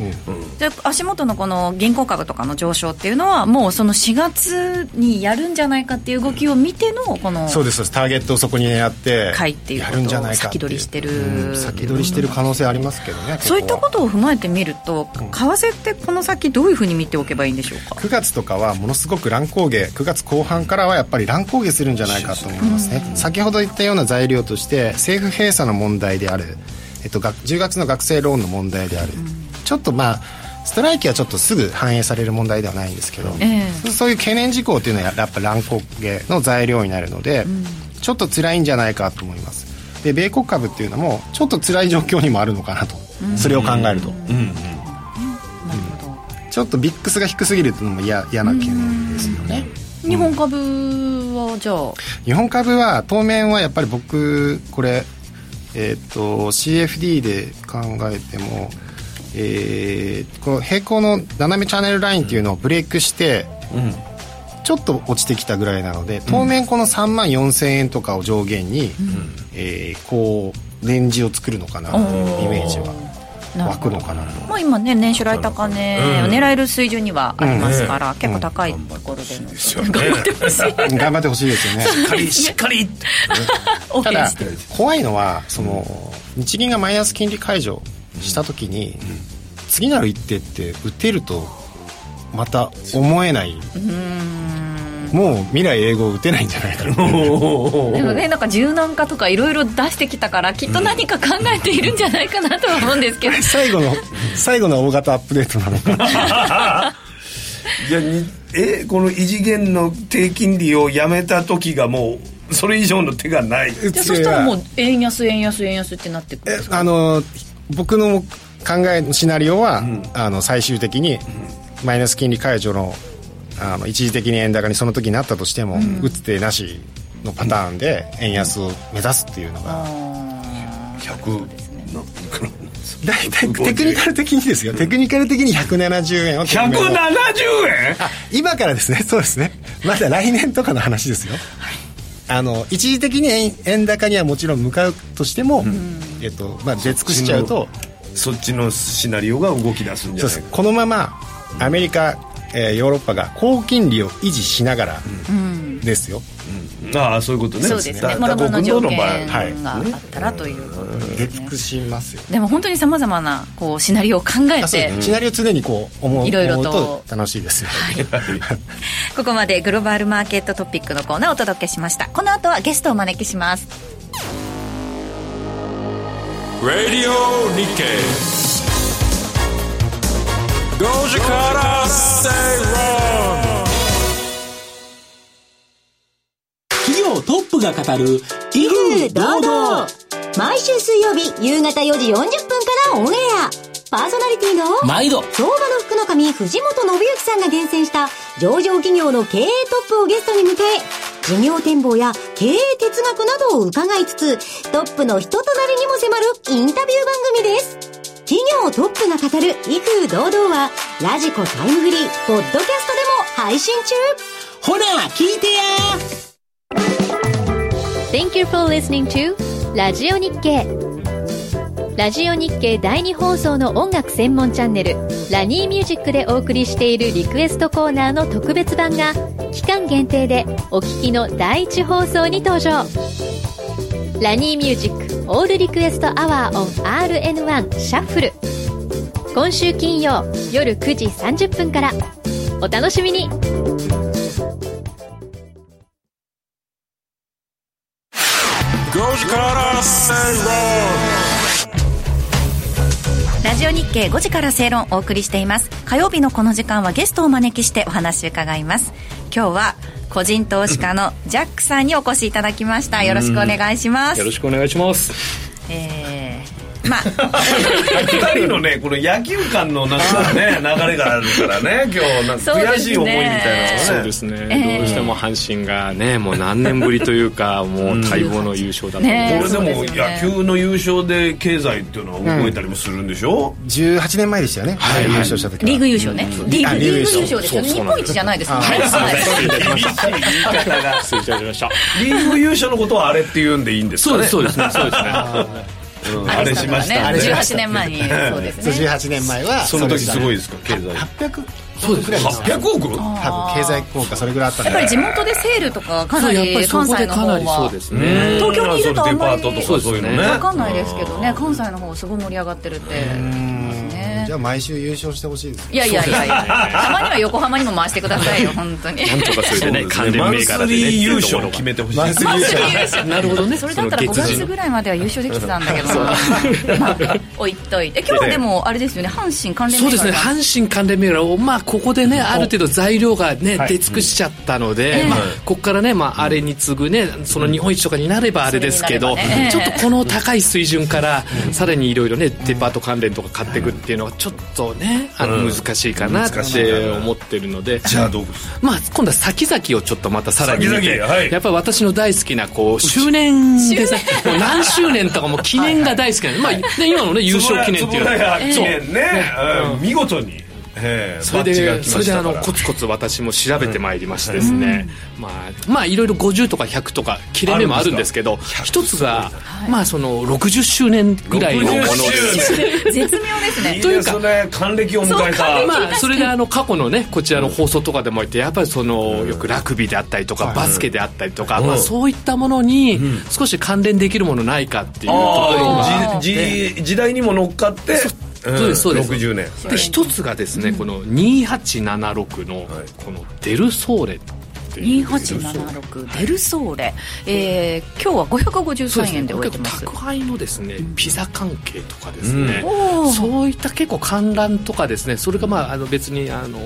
じゃあ足元のこの銀行株とかの上昇っていうのはもうその4月にやるんじゃないかっていう動きを見てのこの
そうですそうですターゲットをそこに狙って
買いっていうことを
やるんじゃないかって
先
いう
取りしてる
うん先取りしてる可能性ありますけどね
そういったこととを踏まえてみると為替ってこの先どういうふうに見ておけばいいんでしょうか
9月とかはものすごく乱高下9月後半からはやっぱり乱高下するんじゃないかと思いますね、先ほど言ったような材料として政府閉鎖の問題である、えっと、が10月の学生ローンの問題である、ちょっとまあストライキはちょっとすぐ反映される問題ではないんですけど、
え
そういう懸念事項というのはやっぱ乱高下の材料になるので、ちょっと辛いんじゃないかと思いますで米国株っていうのもちょっと辛い状況にもあるのかなと、それを考えると、ちょっとビックスが低すぎるというのも嫌嫌な懸念ですよね、
日本株はじゃあ
日本株は当面はやっぱり僕これえーっと CFD で考えてもえーこの平行の斜めチャンネルラインっていうのをブレイクして、ちょっと落ちてきたぐらいなので当面この3万4000円とかを上限に、えーこうレンジを作るのかなというイメージは
な
湧くのかなと
もう今ね年初来高値を狙える水準にはありますから、結構高いところでの、
ですよね
頑張ってほしいですよね
しっかりしっか
(laughs)
り
応
た
援
だ
してる
怖いのはその日銀がマイナス金利解除した時に、次なる一手って打てるとまた思えないもう未来英語打てないんじゃないかな
でもねなんか柔軟化とかいろいろ出してきたからきっと何か考えているんじゃないかなとは思うんですけど、
最後の最後の大型アップデートなの
(laughs)
か
じゃあにえこの異次元の低金利をやめた時がもうそれ以上の手がない
でそしたらもう円安円安円安ってなってくる
あの僕の考えのシナリオは、あの最終的にマイナス金利解除のあの一時的に円高にその時になったとしても、打つ手なしのパターンで円安を目指すっていうのが、
100の
大体テクニカル的にですよ、テクニカル的に170円を
170
170
円
今からですね (laughs) そうですねまだ来年とかの話ですよ、あの一時的に円円高にはもちろん向かうとしても、えっとまあ、出尽くしちゃうと
そっちのシナリオが動き出すんじ
そ
ゃ
う
な
で
い
すこのままアメリカ、えーヨーロッパが高金利を維持しながらですよ、
かああそういうことね
そうですね
だ
もろもろの条件
他国の場合
はい
があったらということ
出
です
尽
ね
くしますよ
でも本当にさまざまなこうシナリオを考え
あそうで
て
すねシナリオ常にこう思う
いろいろ
思
と
うと楽しいですよ、
ここまでグローバルマーケットトピックのコーナーをお届けしましたこの後はゲストをお招きします
Radio Nikkei. Doja Cat, stay wrong.
企業トップが語る威風堂々
毎週水曜日夕方4時40分からオンエアパーソナリティの
毎度
相場の福の神藤本信之さんが厳選した上場企業の経営トップをゲストに迎え事業展望や経営哲学などを伺いつつトップの人となりにも迫るインタビュー番組です企業トップが語る威風堂々はラジコタイムフリーポッドキャストでも配信中
ほら聞いてや
Thank you for listening to ラジオ日経ラジオ日経第2放送の音楽専門チャンネルラニーミュージックでお送りしているリクエストコーナーの特別版が期間限定でお聞きの第1放送に登場ラニーミュージックオールリクエストアワーオン RN1 シャッフル今週金曜夜9時30分からお楽しみに
時から正
ラジオ日経5時から正論お送りしています火曜日のこの時間はゲストをお招きしてお話を伺います今日は個人投資家のジャックさんにお越しいただきましたよろしくお願いします
よろしくお願いします。
えーまあ
二人のねこの野球観の中か
(laughs)
ね流れがあるからね今日なんか
そうですね
悔しい思いみたいな
そ
の
う
ね
ですね、どうしても阪神がねもう何年ぶりとい
(laughs)
うかもう待望の優勝だと思います
ね
これで
そう
も
ですよね
野球の優勝で経済っていうのは動いたりもするんでしょ、
18年前でしたよね、はい優勝した時は
リーグ優勝ねリー
あ
グ
リ
リ
ー
ー
グ優
グ
勝
優勝ですよね日本一じゃないですもんねはい
失礼いたしました
リーグ優勝のことはあれって言うんでいいんですかね
(laughs) そうですねそうですね
うんあれしました
あれ
ね
しましたね18年前にそうです
そう
ね
18年前は
その時すご
い
いですか経済
800億くらいです
800億
多分経済効果それぐらいあったん
やっぱり
で
地元でセールとかかなり関西の方は
すね
東京にいるとあんまり
そのデパートとかそういうのね
わかんないですけどね関西の方すごい盛り上がってるってね
じゃあ毎週優勝してほしいです
いやいやいやいや、たまには横浜にも回してくださいよ本当に
なんとかそれでね関連
マン
銘
ス
柄でね
リー優
っていうとこ
勝
ろ
を
が
決めてほしい
マンスリー優勝
なるほどねそれだったら5
その月次
月ぐらいまでは優勝できてたんだけどなまあ置いといて今日はでもあれですよね阪神関連
そうですね
銘柄が
阪神関連銘柄を、まあ、ここでねある程度材料が、ね出尽くしちゃったので、まあ、ここからね、まあ、あれに次ぐ、ね、その日本一とかになればあれですけ
そ
ど、
れになればね
ちょっとこの高い水準から、さらにいろいろねデパート関連とか買っていくっていうのはちょっとねあの難しいかなっ
難しい
て
な
思ってるので。
じゃあどうです
まあ、今度は先々をちょっとまたさらに見
先
て、
々はい
やっぱり私の大好きなこう周年でさもう何周年とかも記念が大好きなんで、まあね、今のね優勝記念っていうの
円
は
記念ね、うん見事に、ええ
それ
バッジが
で
来
そ
ま
れ
し
で
た
あ
か
の
ら
コツコツ私も調べてまいりましてですね、まあまあいろいろ50とか100とか切れ目もあるんですけど一つがまあその60周年ぐらいのもの
60周年
絶妙ですね
という
そ
か
れ還暦を迎えた
まあ、それであの過去のねこちらの放送とかでも言ってやっぱりそのよくラグビーであったりとかバスケであったりとか、まあ、そういったものに少し関連できるものないかっていうところが
ああじじ時代にも乗っかって
そうですそうです
60年
で一つがですねこの2876のこのデルソーレっていう
2876デルソーレ、えー、今日は
そうです
553
ね
円で終えてます
結構宅配のですねピザ関係とかですね、
うんおー
そういった結構観覧とかですねそれがまああの別にあの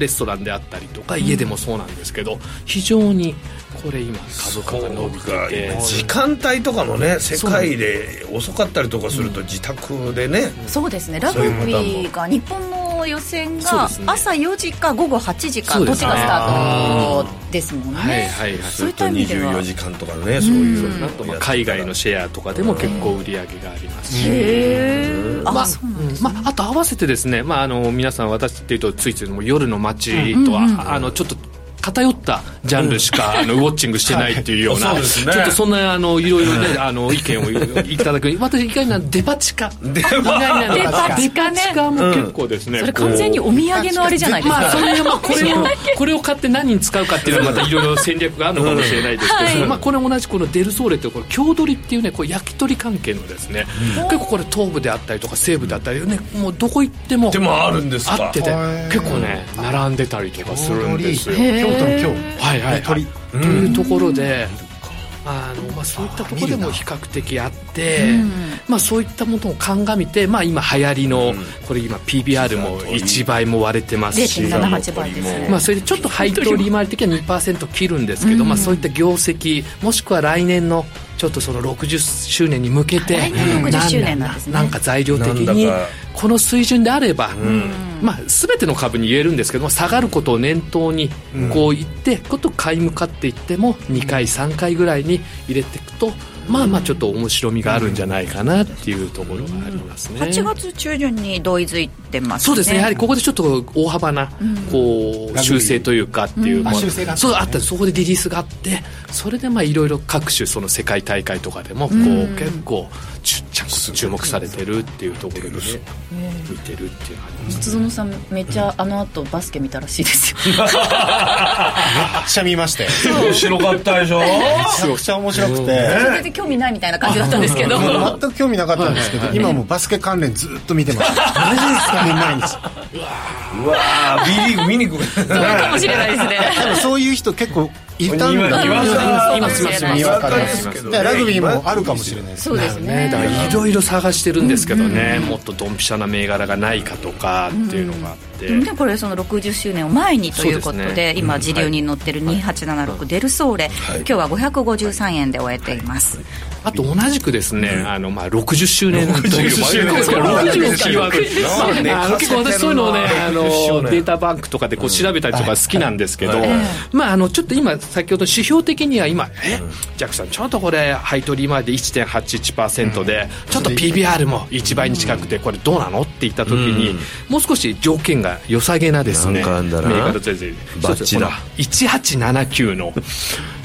レストランであったりとか家でもそうなんですけど非常にこれ今株価が伸びてて
時間帯とかもね世界で遅かったりとかすると自宅でね、
そうですねラグ
そういうパタ
ビ
ーンも
ーが日本の予選
そう
が
ですね
朝4時か午後8時か
そ
どっ
うで
ち
すね
がスタートですもん
は
ね
いはいはい
そういっ
と
た意味では
24時間とかね、そういう
あとまあ海外のシェアとかでも結構売り上げがありますし、
へえあ、
まあ
そう
うんまあ、あと合わせてですね、まあ、あの皆さん私っていうとついついもう夜の街とは、あのちょっと偏ったジャンルしか、あのウォッチングしてないっていうような、
はいそうです
ち
ね
ょっとそんなあのいろいろね、あの意見をいただく私意外なデパ地下
デパ
意外な
デパ地下ね
デパ地下も結構ですね、
それ完全にお土産のあれじゃないですか、
まあ、そ
(laughs)
れはまあこれをこれを買って何に使うかっていうのはまたいろいろ戦略があるのかもしれないですけど、まあ、これも同じこのデルソーレというこの郷土っていうねこう焼き鳥関係のですね、結構これ東部であったりとか西部であったりねもうどこ行っても
でもあるんですか
あってて
へー
結構ね並んでたりとかするんですよ。
京都の京
はいはいはい
鳥
というところで、あのまあ、そういったところでも比較的あって、まあ、そういったものを鑑みて、まあ、今流行りの、これ今 PBR も1倍も割れてますし。
0.78倍ですね
まあ、それでちょっと配当利回り的には2%切るんですけど、まあ、そういった業績もしくは来年のちょっとその60周年に向けて
来年60周年なんですね
なんか材料的
なん
に
だか
この水準であれば、まあ、全ての株に言えるんですけども下がることを念頭にこう言ってこと買い向かっていっても2回3回ぐらいに入れていくと。まあまあちょっと面白みがあるんじゃないかなっていうところがありますね。
8月中旬に同意づいてますね
そうですねやはりここでちょっと大幅なこう修正というかっていう、
んあ修正があった
そうあったそこでリリースがあってそれでまあいろいろ各種その世界大会とかでもこう結構ちゅ着注目されてるっていうところでね見てるっていうのはあります
実園さんめっちゃあの後バスケ見たらしい
(laughs)
ですよ
めっちゃ見ましたよ
面白かったでしょ
めちゃくちゃ面白くて、
全然興味ないみたいな感じだったんですけど
もう全く興味なかったんですけど、今もうバスケ関連ずっと見てますマジですかね毎日
うわー B リーグ見に行く
そうかもしれないですね
多分そういう人結構いたんだと思う
今今
今
今
今今
にわかで
今
すだからラグビーもあるかもしれないです
そうですね
だからいろいろ探してるんですけどね、もっとドンピシャな銘柄がないかとかっていうのがあって、
でこれその60周年を前にということ
そう
で
ですね
今時流に乗ってる2876デルソーレ、今日は553円で終えています、
あと同じくですね、あのまあ60周年というまあよくわかんないですけど60のキーワードですねあの結構私そういうのをねあのデータバンクとかでこう調べたりとか好きなんですけど、まああのちょっと今先ほど指標的には今えジャックさんちょっとこれ配当利回りで1.81%で、ちょっと PBR も1倍に近くてこれどうなのって言った時に、もう少し条件が良さげなですね
なんかあんだな
銘柄全然
バッチだ
1879の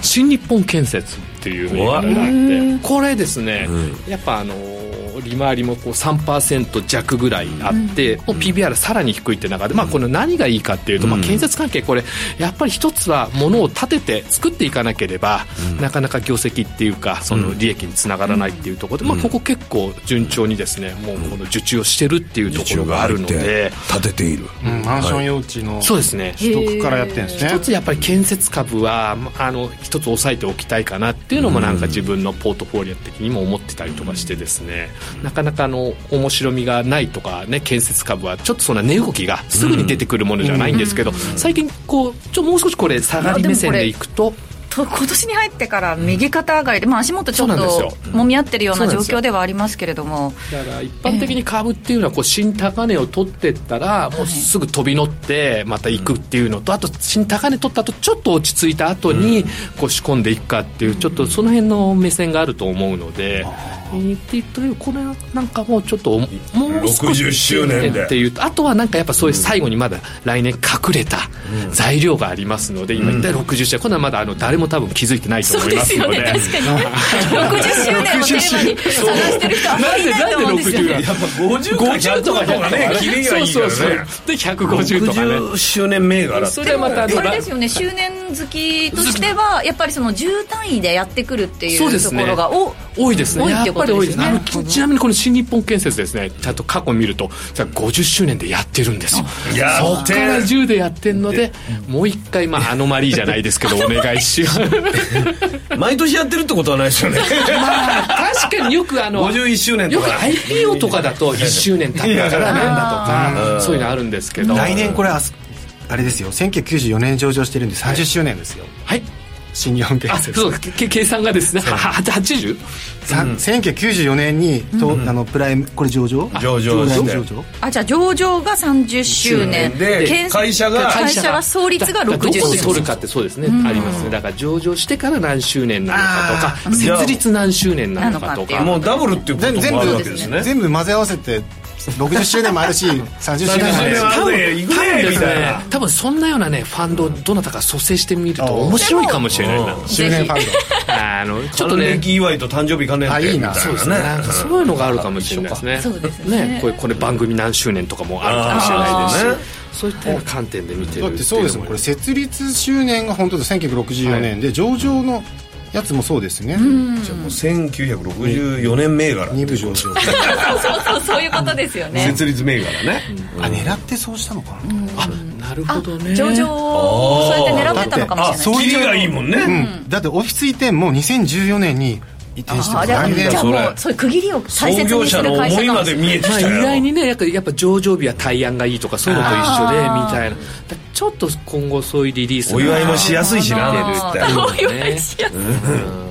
新日本建設っていう銘柄があってこれですね、やっぱあのー利回りもこう3%弱ぐらいあって、もう PBR さらに低いって中で、まあ、この何がいいかっていうと、まあ、建設関係これやっぱり一つはものを建てて作っていかなければ、なかなか業績っていうかその利益につながらないっていうところで、まあ、ここ結構順調にですねもうこの受注をしてるっていうところがあるので。
立てている
うんマンション用地の
そうですね
取得からやってるんですね
一つやっぱり建設株はまあの一つ抑えておきたいかなっていうのもなんか自分のポートフォリオ的にも思ってたりとかしてですねなかなかあの面白みがないとかね建設株はちょっとそんな値動きがすぐに出てくるものじゃないんですけど最近こうちょもう少しこれ下がり目線でいくと
と今年に入ってから右肩上がりで、まあ、足元ちょっ
そうなん
と
ですよ
揉み合ってるよう
そ
な
うなん
状
ですよ
況ではありますけれども
だから一般的に株っていうのはこう新高値を取ってったらもうすぐ飛び乗ってまた行くっていうのとあと新高値取った後ちょっと落ち着いた後にこう仕込んでいくかっていうちょっとその辺の目線があると思うので。えーって言ったけどこれなんかもうちょっとおもう少し
60周年で
っていうとあとはなんかやっぱそういう最後にまだ来年隠れた材料がありますので今一体60社こんなまだあの誰も多分気づいてないと
そう
思い
で
ますす
よ
の
ね
で
確かにね60周年をテーマに探してる人あんまりいないと思うんですよね
やっぱ50
か100とかがねキリがいいからね
そうそうそうで150とかね
60周年銘柄
それはまたあ
そ
の
れですよね周年好きとしてはやっぱりその重単位でやってくるってい
そう
う
で
と
す
こ
ね
ろがお
多いですね
多いっ
や
て
っ
こ
ぱり
と
多
で
いですす
ね
ねあのちちなみにこの新日本建設ですねちゃんと過去見るとさ50周年でやってるんですよ
や
そ
っ
っか
て
ら10でやってんのでもう一回まあアノマリーじゃないですけ (laughs) どお願いします
毎年やってるってことはないですよね
まあ確かによくあの
51周年
よ
と
く
か
IPO とかだと1周年経ったからなんだとかそういうのあるんですけど
来年これあすあれですよ1994年上場してるんで30周年ですよ、
はい
新日本建
あ
設
そうけけ計算がですね 80?
さ1994年にと、あのプライムこれ上場
上場して
上場
あじゃあ上場が30周年
で
建設
会社が
会社が創立が60
どこで
周
取
年
るかってそうですね、ありますねだから上場してから何周年なのかとか
ー
設立何周年なのかと
な
か
の
もうダブルっていうこと
全部全
もあるわけ
部
ですね
全部混ぜ合わせて60周年もあ
(laughs)
るし30周年もあるし
あるね行くねみ
です
たい
ね
な
多分そんなようなねファンドをどなたか蘇生してみると面白いかもしれないな
周年ファン
あのちょっと
還
ね
暦祝いと誕生日兼ね
あ
て
いいな
みた
そうです
い
ね
な
なんかそういうのがあるかもしれないですね
そうですね
ねこれこれ番組何周年とかもあるかもしれないで
あー
すしそういったような観点で見てる
ドだってそうですもんこれ設立周年が本当で1964年で上場のやつもそうですね、
じゃあもう1964年銘柄
二部上場
そう (laughs) そうそういうことですよね
設立銘柄ね
あ狙ってそうしたのかな、
あなるほどね
上場をそうやって狙ってたのかもしれない
キリがいいもん
う
ね
んだってオフィス移転も2014年に移転して
あ
ま
ー
す
じゃあ
来年
じゃあ
それ
もうそういう区切りを
創
大切
業
にす
者
る
の
会
思
社
い
か
ま
もしれ
で
ない
見えて
まあ、
き
意
たよ
外にねやっぱやっぱ上場日は対案がいいとかそういうのと一緒でみたいなだちょっと今後そういうリリースが
お祝いもしやすいしな
出るってあるよね
お祝 (laughs) いしやすい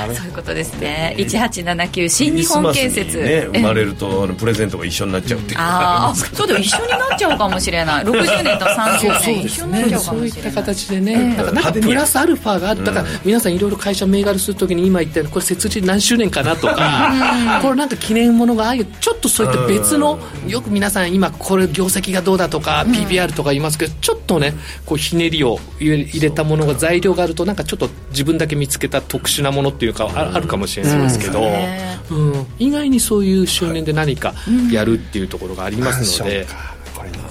そういうことですね1879新
クリ
日
ス
本
マス
建
に
設
ね生まれるとあのプレゼントが一緒になっちゃうっていう
(laughs) ああそうだよ一緒になっちゃうかもしれない60年と30年一緒になっちゃうか
そう
も
い
し
っ
れ
た
ない
形でね、なんかなんかプラスアルファがあるだから皆さんいろいろ会社銘柄するときに今言ったようにこれ設立何周年かなとかこれなんか記念ものがああいうちょっとそういった別のよく皆さん今これ業績がどうだとか PBR とか言いますけどちょっとねこうひねりを入れ入れたものが材料があるとなんかちょっと自分だけ見つけた特殊なものっていういうかああるかもしれないですけど、うん意外にそういう周年で何かやるっていうところがありますので、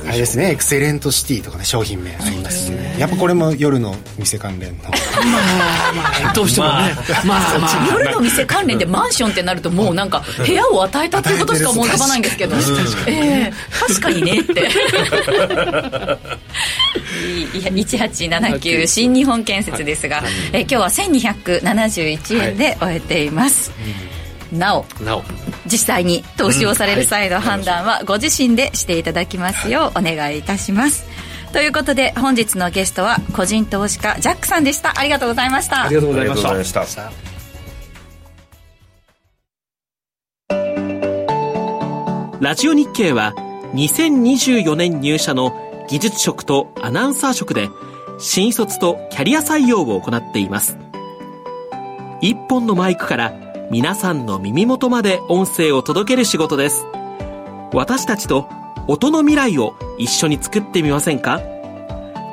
あれですねエクセレントシティとかね商品名ありますねやっぱこれも夜の店関連の
どうしてもね、まあまあ
夜の店関連でマンションってなるともうなんか部屋を与えたっていうことしか思い浮かばないんですけどええ確かにねって (laughs) いや1879新日本建設ですが、え今日は1271円で終えています、なお
なお
実際に投資をされる際の判断はご自身でしていただきますようお願いいたしますということで本日のゲストは個人投資家ジャックさんでしたありがとうございました
ありがとうご
あ
ざい
り
ま
がとうご
し
ざ
た
いました
ラジオ日経は2024年入社の技術職とアナウンサー職で新卒とキャリア採用を行っています。一本のマイクから皆さんの耳元まで音声を届ける仕事です。私たちと音の未来を一緒に作ってみませんか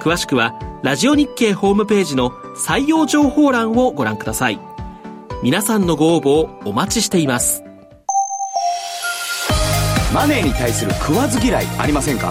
詳しくはラジオ日経ホームページの採用情報欄をご覧ください。皆さんのご応募をお待ちしています。
マネーに対する食わず嫌いありませんか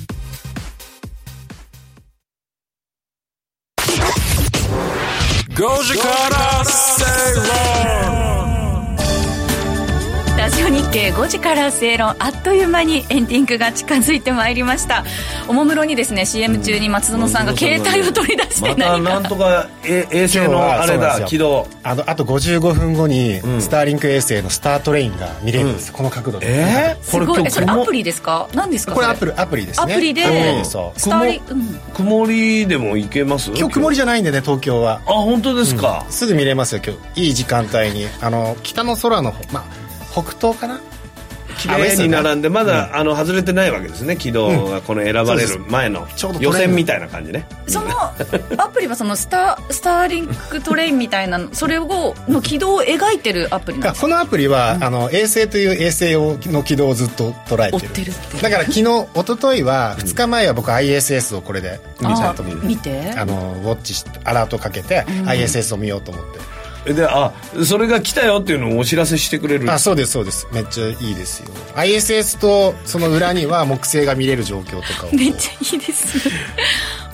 5時からラジオ日経5時から正論あっという間にエンディングが近づいてまいりましたおもむろにですね CM 中に松園さんが携帯を取り出して
また
何か
なんとかえ衛星
今日
の
は
あれ
そうなん
だ
です
軌
よ
道
あのあと55分後にスターリンク衛星のスタートレインが見れるんです、この角度で
え
すごいえそれアプリですか何ですか
これ
そ
アプリアプリです
ア
ね
プリで
うんそう
スターリンうん
曇りでも行けます
今日曇りじゃないんでね東京は
あ本当ですか、
すぐ見れますよ今日いい時間帯にあの北の空の方まあ北東かな
綺麗に並んでまだ、あの外れてないわけですね軌道がこの選ばれる前の
ちょうど取れる
予選みたいな感じね
そのアプリはそのスタースターリンクトレインみたいなのそれをの軌道を描いてるアプリなん
が
です
このアプリは、あの衛星という衛星をの軌道をずっと捉え
追
て
っ
る
てるって
だから昨日一昨日は2日前は僕 ISS をこれでちゃんと見る
見て
あのウォッチしアラートかけて、ISS を見ようと思って
であそれが来たよっていうのをお知らせしてくれる
あそうですそうですめっちゃいいですよ ISS とその裏には木星が見れる状況とかを
めっちゃいいですね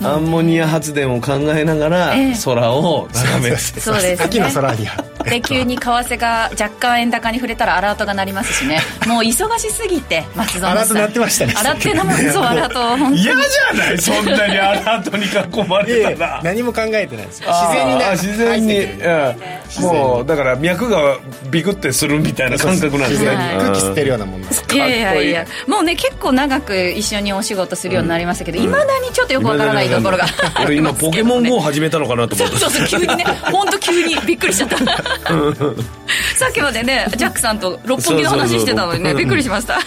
アンモニア発電を考えながら
ええ
空を眺める、
そうですね
秋の空には
で急に為替が若干円高に触れたらアラートが鳴りますしねもう忙しすぎて松園さん
アラート鳴ってましたね
アラートなもんそうアラート本当に
(laughs) (laughs) 嫌じゃないそんなにアラートに囲まれたら
何も考えてないですよ
あ
自然にね
ー自然に、うんもうだから脈がビクってするみたいな感覚なんで
自
すね
然に空気吸ってるようなもんなんです
いやいやいやもうね結構長く一緒にお仕事するようになりましたけどいま、未だにちょっとよくわからないところがあ
俺
りま
今
すけど
ポケモン GO を始めたのかなと思って
そうそう急にね本当急にびっくりしちゃったさっきまでねジャックさんと六本木の話してたのにね
そうそうそう
びっくりしました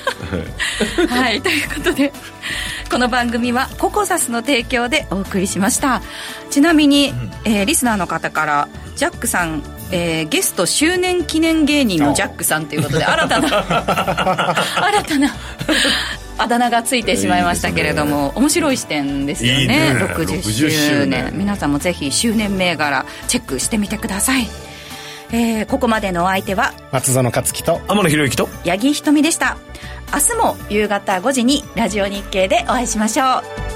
はいということでこの番組はココサスの提供でお送りしましたちなみに、えーリスナーの方からジャックさんえーゲスト周年記念芸人のジャックさんということで
(laughs)
新たな新たなあだ名がついてしまいましたけれども面白い視点ですよね
いいね
60
60
周
周
年
年
皆さんもぜひ周年銘柄チェックしてみてください、えーここまでのお相手は
松園克樹と
天野博之と
八木ひとみでした明日も夕方5時にラジオ日経でお会いしましょう